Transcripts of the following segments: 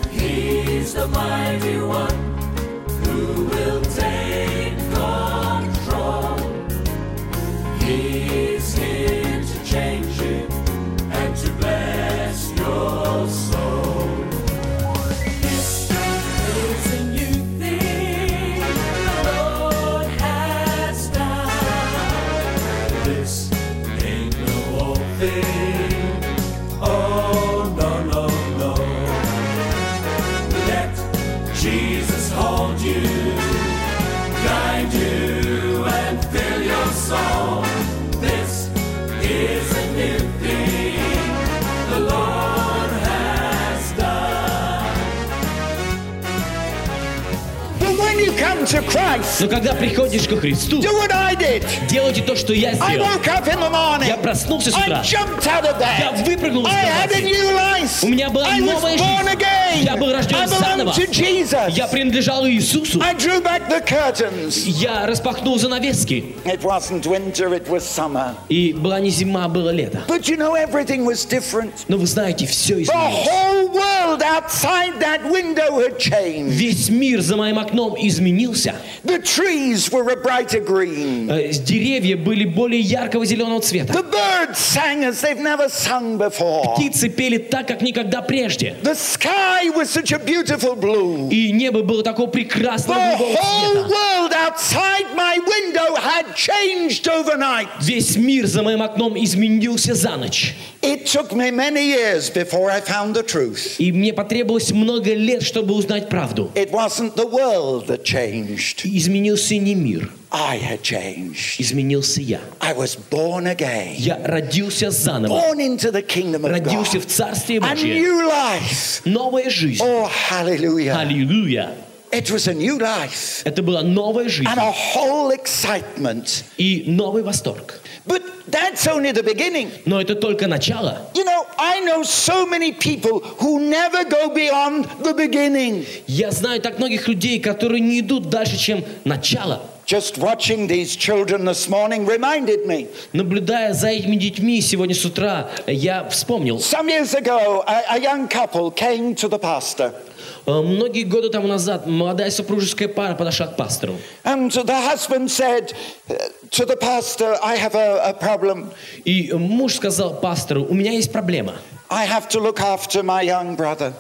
He's the mighty one who will take control. He's here to change you and to bless your soul. This is a new thing the Lord has done. This ain't no old thing. Oh no no no. Let Jesus hold you, guide you, and fill your soul. This is a new thing the Lord has done. But when you come to Christ, Но когда приходишь ко Христу, do what I did. делайте то, что я I сделал. woke up in the morning. Я проснулся с I утра. jumped out of Я bed. выпрыгнул из I had a кровати. new life. У меня была I was новая born жизнь. again. Я был рожден I belonged заново. to Jesus. Я принадлежал Иисусу. I drew back the curtains. Я распахнул занавески. It wasn't winter, it was summer. И была не зима, а было лето. But you know, everything was different. Но вы знаете, все The изменилось. whole world outside that window had changed. Весь мир за моим окном изменился. The trees were a brighter green. Э, Деревья были более яркого зеленого цвета. The birds sang as they've never sung before. Птицы пели так, как никогда прежде. The sky was such a beautiful blue. И небо было такого прекрасного The голубого whole цвета. world outside my window had changed overnight. Весь мир за моим окном изменился за ночь. It took me many years before I found the truth. И мне потребовалось много лет, чтобы узнать правду. It wasn't the world that changed. И Изменился не мир, I had changed. изменился я. I was born again. Я родился заново. Born into the kingdom of Родился God. в Царстве A Божьем. new life. Новая жизнь. Oh, hallelujah. Аллилуйя. It was a new life Это была новая жизнь and a whole excitement. и новый восторг. But that's only the beginning. Но это только начало. You know, I know so many people who never go beyond the beginning. Я знаю так многих людей, которые не идут дальше, чем начало. Just watching these children this morning reminded me. Наблюдая за этими детьми сегодня с утра, я вспомнил. Some years ago, a, a young couple came to the pastor, э, Многие годы тому назад молодая супружеская пара подошла к пастору. and the husband said uh, to the pastor, I have a, a problem. И муж сказал пастору, у меня есть проблема. I have to look after my young brother.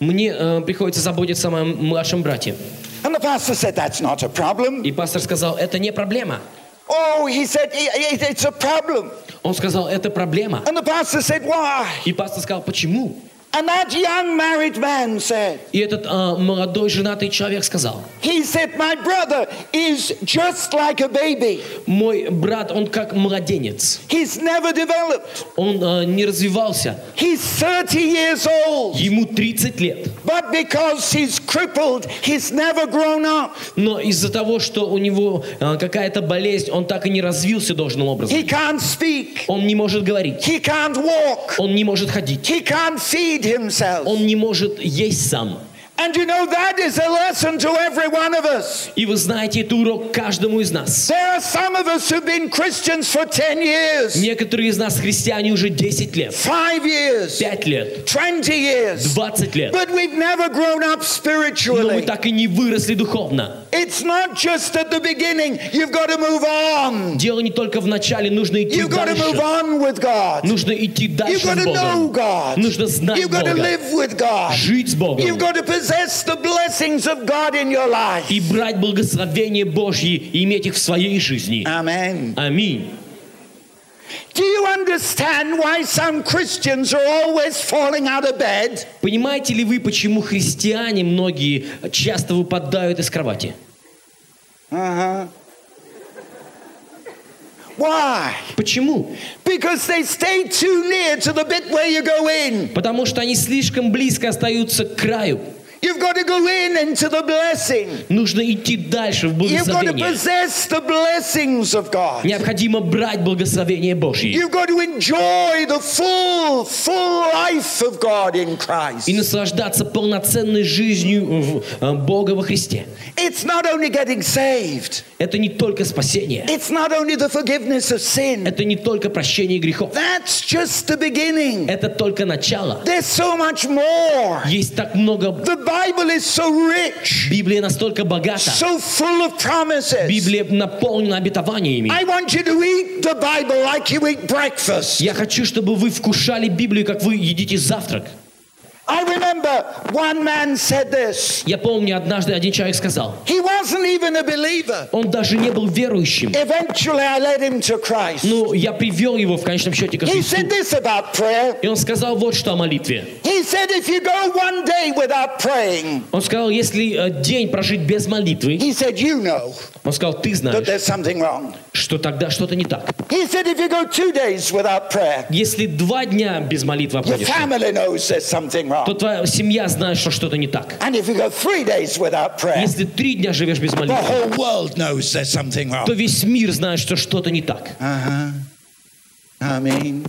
Мне э, приходится заботиться о моем младшем брате. And the pastor said, That's not a problem. И пастор сказал, это не проблема. Oh, he said, "I- I- It's a problem. Он сказал, это проблема. And the pastor said, Why? И пастор сказал, почему? And that young married man said, И этот а, молодой женатый человек сказал, He said, My brother is just like a baby. мой брат, он как младенец, He's never developed. он а, не развивался, He's 30 years old. ему 30 лет. But because he's crippled, he's never grown up. Но из-за того, что у него а, какая-то болезнь, он так и не развился должным He образом. can't speak. Он не может говорить, He can't walk. он не может ходить, He can't feed himself. он не может есть сам. And you know, that is a lesson to every one of us. И вы знаете, это урок каждому из нас. There are some of us who've been Christians for 10 years, Некоторые из нас христиане уже 10 лет, 5 years, 5 лет, 20 years. 20 лет. But we've never grown up Но мы spiritually. так и не выросли духовно. It's not just at the beginning. You've got to move on. Дело не только в начале, нужно идти You've got to move дальше. on with God. Нужно идти You've дальше got to с know Богом. God. Нужно знать You've got to Бога, live with God. жить с Богом You've got to possess the blessings of God in your life. и брать благословение Божье и иметь их в своей жизни. Amen. Аминь. Do you understand why some Christians are always falling out of bed? Понимаете ли вы, почему христиане многие часто выпадают из кровати? Uh huh. Why? Почему? Because they stay too near to the bit where you go in. Потому что они слишком близко остаются к краю. You've got to go in into the blessing. Нужно идти дальше в You've got to благословение. possess the blessings of God. Необходимо брать благословение Божье You've got to enjoy the full, full life of God in Christ. и наслаждаться полноценной жизнью в- э, Бога во Христе. It's not only getting saved, Это не только спасение, it's not only the forgiveness of sin. это не только прощение грехов, That's just the beginning. это только начало. There's so much more. Есть так много... The Bible is so rich, Библия настолько богата. so full of promises. Библия наполнена обетованиями. I want you to eat the Bible like you eat breakfast. Я хочу, чтобы вы вкушали Библию, как вы едите завтрак. I remember one man said this. Я помню, однажды один человек сказал, He wasn't even a believer. он даже не был верующим, Eventually, I led him to Christ. но я привел его в конечном счете к He Иисусу. said this about prayer. И он сказал вот что о молитве. He said, if you go one day without praying, Он сказал, если э, день прожить без молитвы, he said, you know он сказал, ты that знаешь, there's something wrong. что тогда что-то не так. He said, if you go two days without prayer, Если два дня без молитвы your обходишь, family knows there's something то wrong. твоя семья знает, что что-то не так. And if you go three days without prayer, Если три дня живешь без the молитвы, whole world knows there's something то wrong. весь мир знает, что что-то не так. Uh huh. I mean,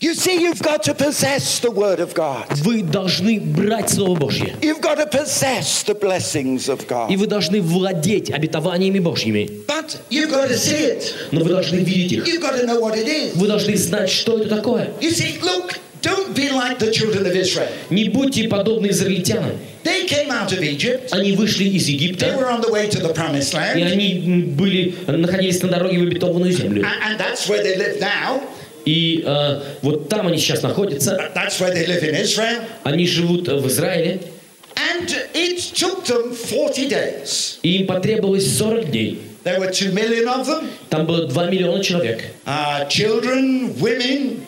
you see, you've got to possess the Word of God. Вы должны брать Слово Божье. You've got to possess the blessings of И God. вы должны владеть обетованиями Божьими. But you've got to see it. Но вы должны видеть их. You've got to know what it is. Вы должны знать, что это такое. You see, look, don't be like the children of Israel. Не будьте подобны израильтянам. They came out of Egypt. Они вышли из They Египта, were on the way to the promised и land. они м, были, находились на дороге в обетованную землю. And and that's where they live now. И э, вот там они сейчас находятся. That's where they live in Israel. Они живут э, в Израиле. And it took them 40 days. И им потребовалось 40 дней. There were 2 million of them Там было 2 миллиона человек. uh, children, women,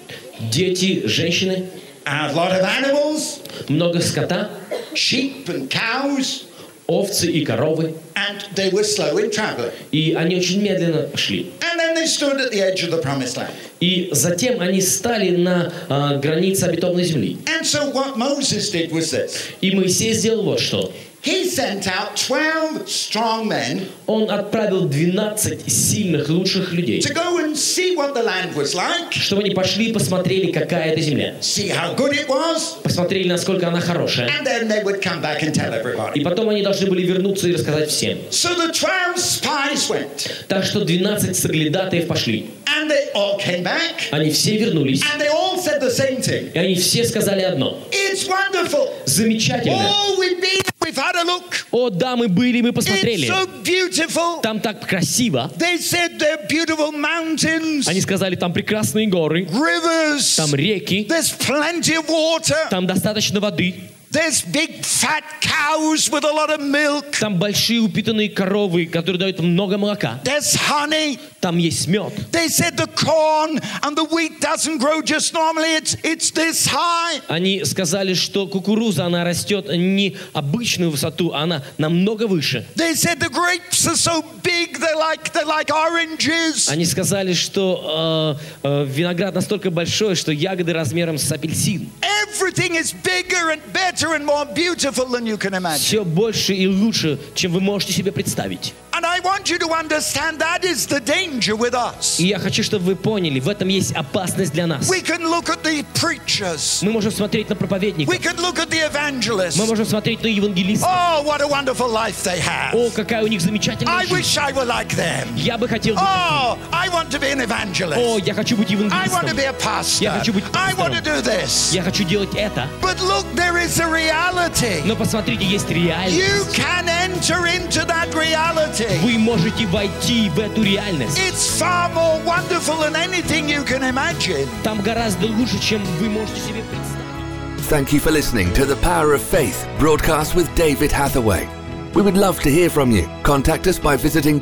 Дети, женщины, a lot of animals, много скота, sheep and cows. овцы и коровы. And they were slow in traveling. И они очень медленно шли. And then they stood at the edge of the promised land. И затем они стали на э, границе обетованной земли. And so what Moses did was this И Моисей сделал вот что. he sent out 12 strong men Он отправил 12 сильных, лучших людей, to go and see what the land was like, чтобы они пошли и посмотрели, какая это земля. see how good it was, Посмотрели, насколько она хорошая. and then they would come back and tell И everybody. потом они должны были вернуться и рассказать всем. So the 12 spies went, Так что 12 соглядатаев пошли. and they all came back, Они все вернулись. and they all said the same thing И они все сказали одно. It's wonderful. Замечательно. Oh, we've been, we've had a look. О, да, мы были, мы It's посмотрели. so beautiful. Там так красиво. They said they're beautiful mountains, Они сказали, там прекрасные горы, rivers, там реки, there's plenty of water. там достаточно воды, There's big fat cows with a lot of milk. там большие упитанные коровы, которые дают много молока, There's honey. там есть мед. They said the corn and the wheat doesn't grow just normally. It's it's this high. Они сказали, что кукуруза, она растет не обычную высоту, а она намного выше. They said the grapes are so big. They're like they're like oranges. Они сказали, что э, э, виноград настолько большой, что ягоды размером с апельсин. Everything is bigger and better and more beautiful than you can imagine. Все больше и лучше, чем вы можете себе представить. And I I want you to understand that is the danger with us. И я хочу, чтобы вы поняли, в этом есть опасность для нас. We can look at the preachers. Мы можем смотреть на проповедников, We can look at the мы evangelists. можем смотреть на евангелистов. Oh, what a wonderful life they have. О, какая у них замечательная I жизнь. wish I were like them. Я бы хотел... быть Oh, I want to be an таким. О, evangelist. я хочу быть I want to евангелистом. be a pastor. Я хочу быть I want to пастором. do this. Я хочу делать это. But look, there is a reality. Но посмотрите, есть реальность. You can enter into that reality. Вы можете войти в эту реальность. It's far more wonderful than anything you can imagine. Там гораздо лучше, чем вы можете себе представить. Thank you for listening to The Power of Faith broadcast with David Hathaway. We would love to hear from you. Contact us by visiting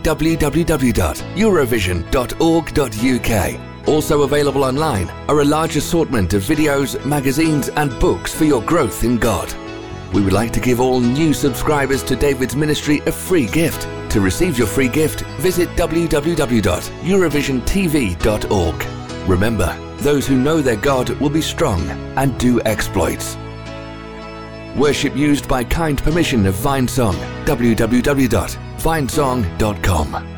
www.eurovision.org.uk. Also available online are a large assortment of videos, magazines, and books for your growth in God. We would like to give all new subscribers to David's ministry a free gift. To receive your free gift, visit www.eurovisiontv.org. Remember, those who know their God will be strong and do exploits. Worship used by kind permission of Vinesong. www.vinesong.com.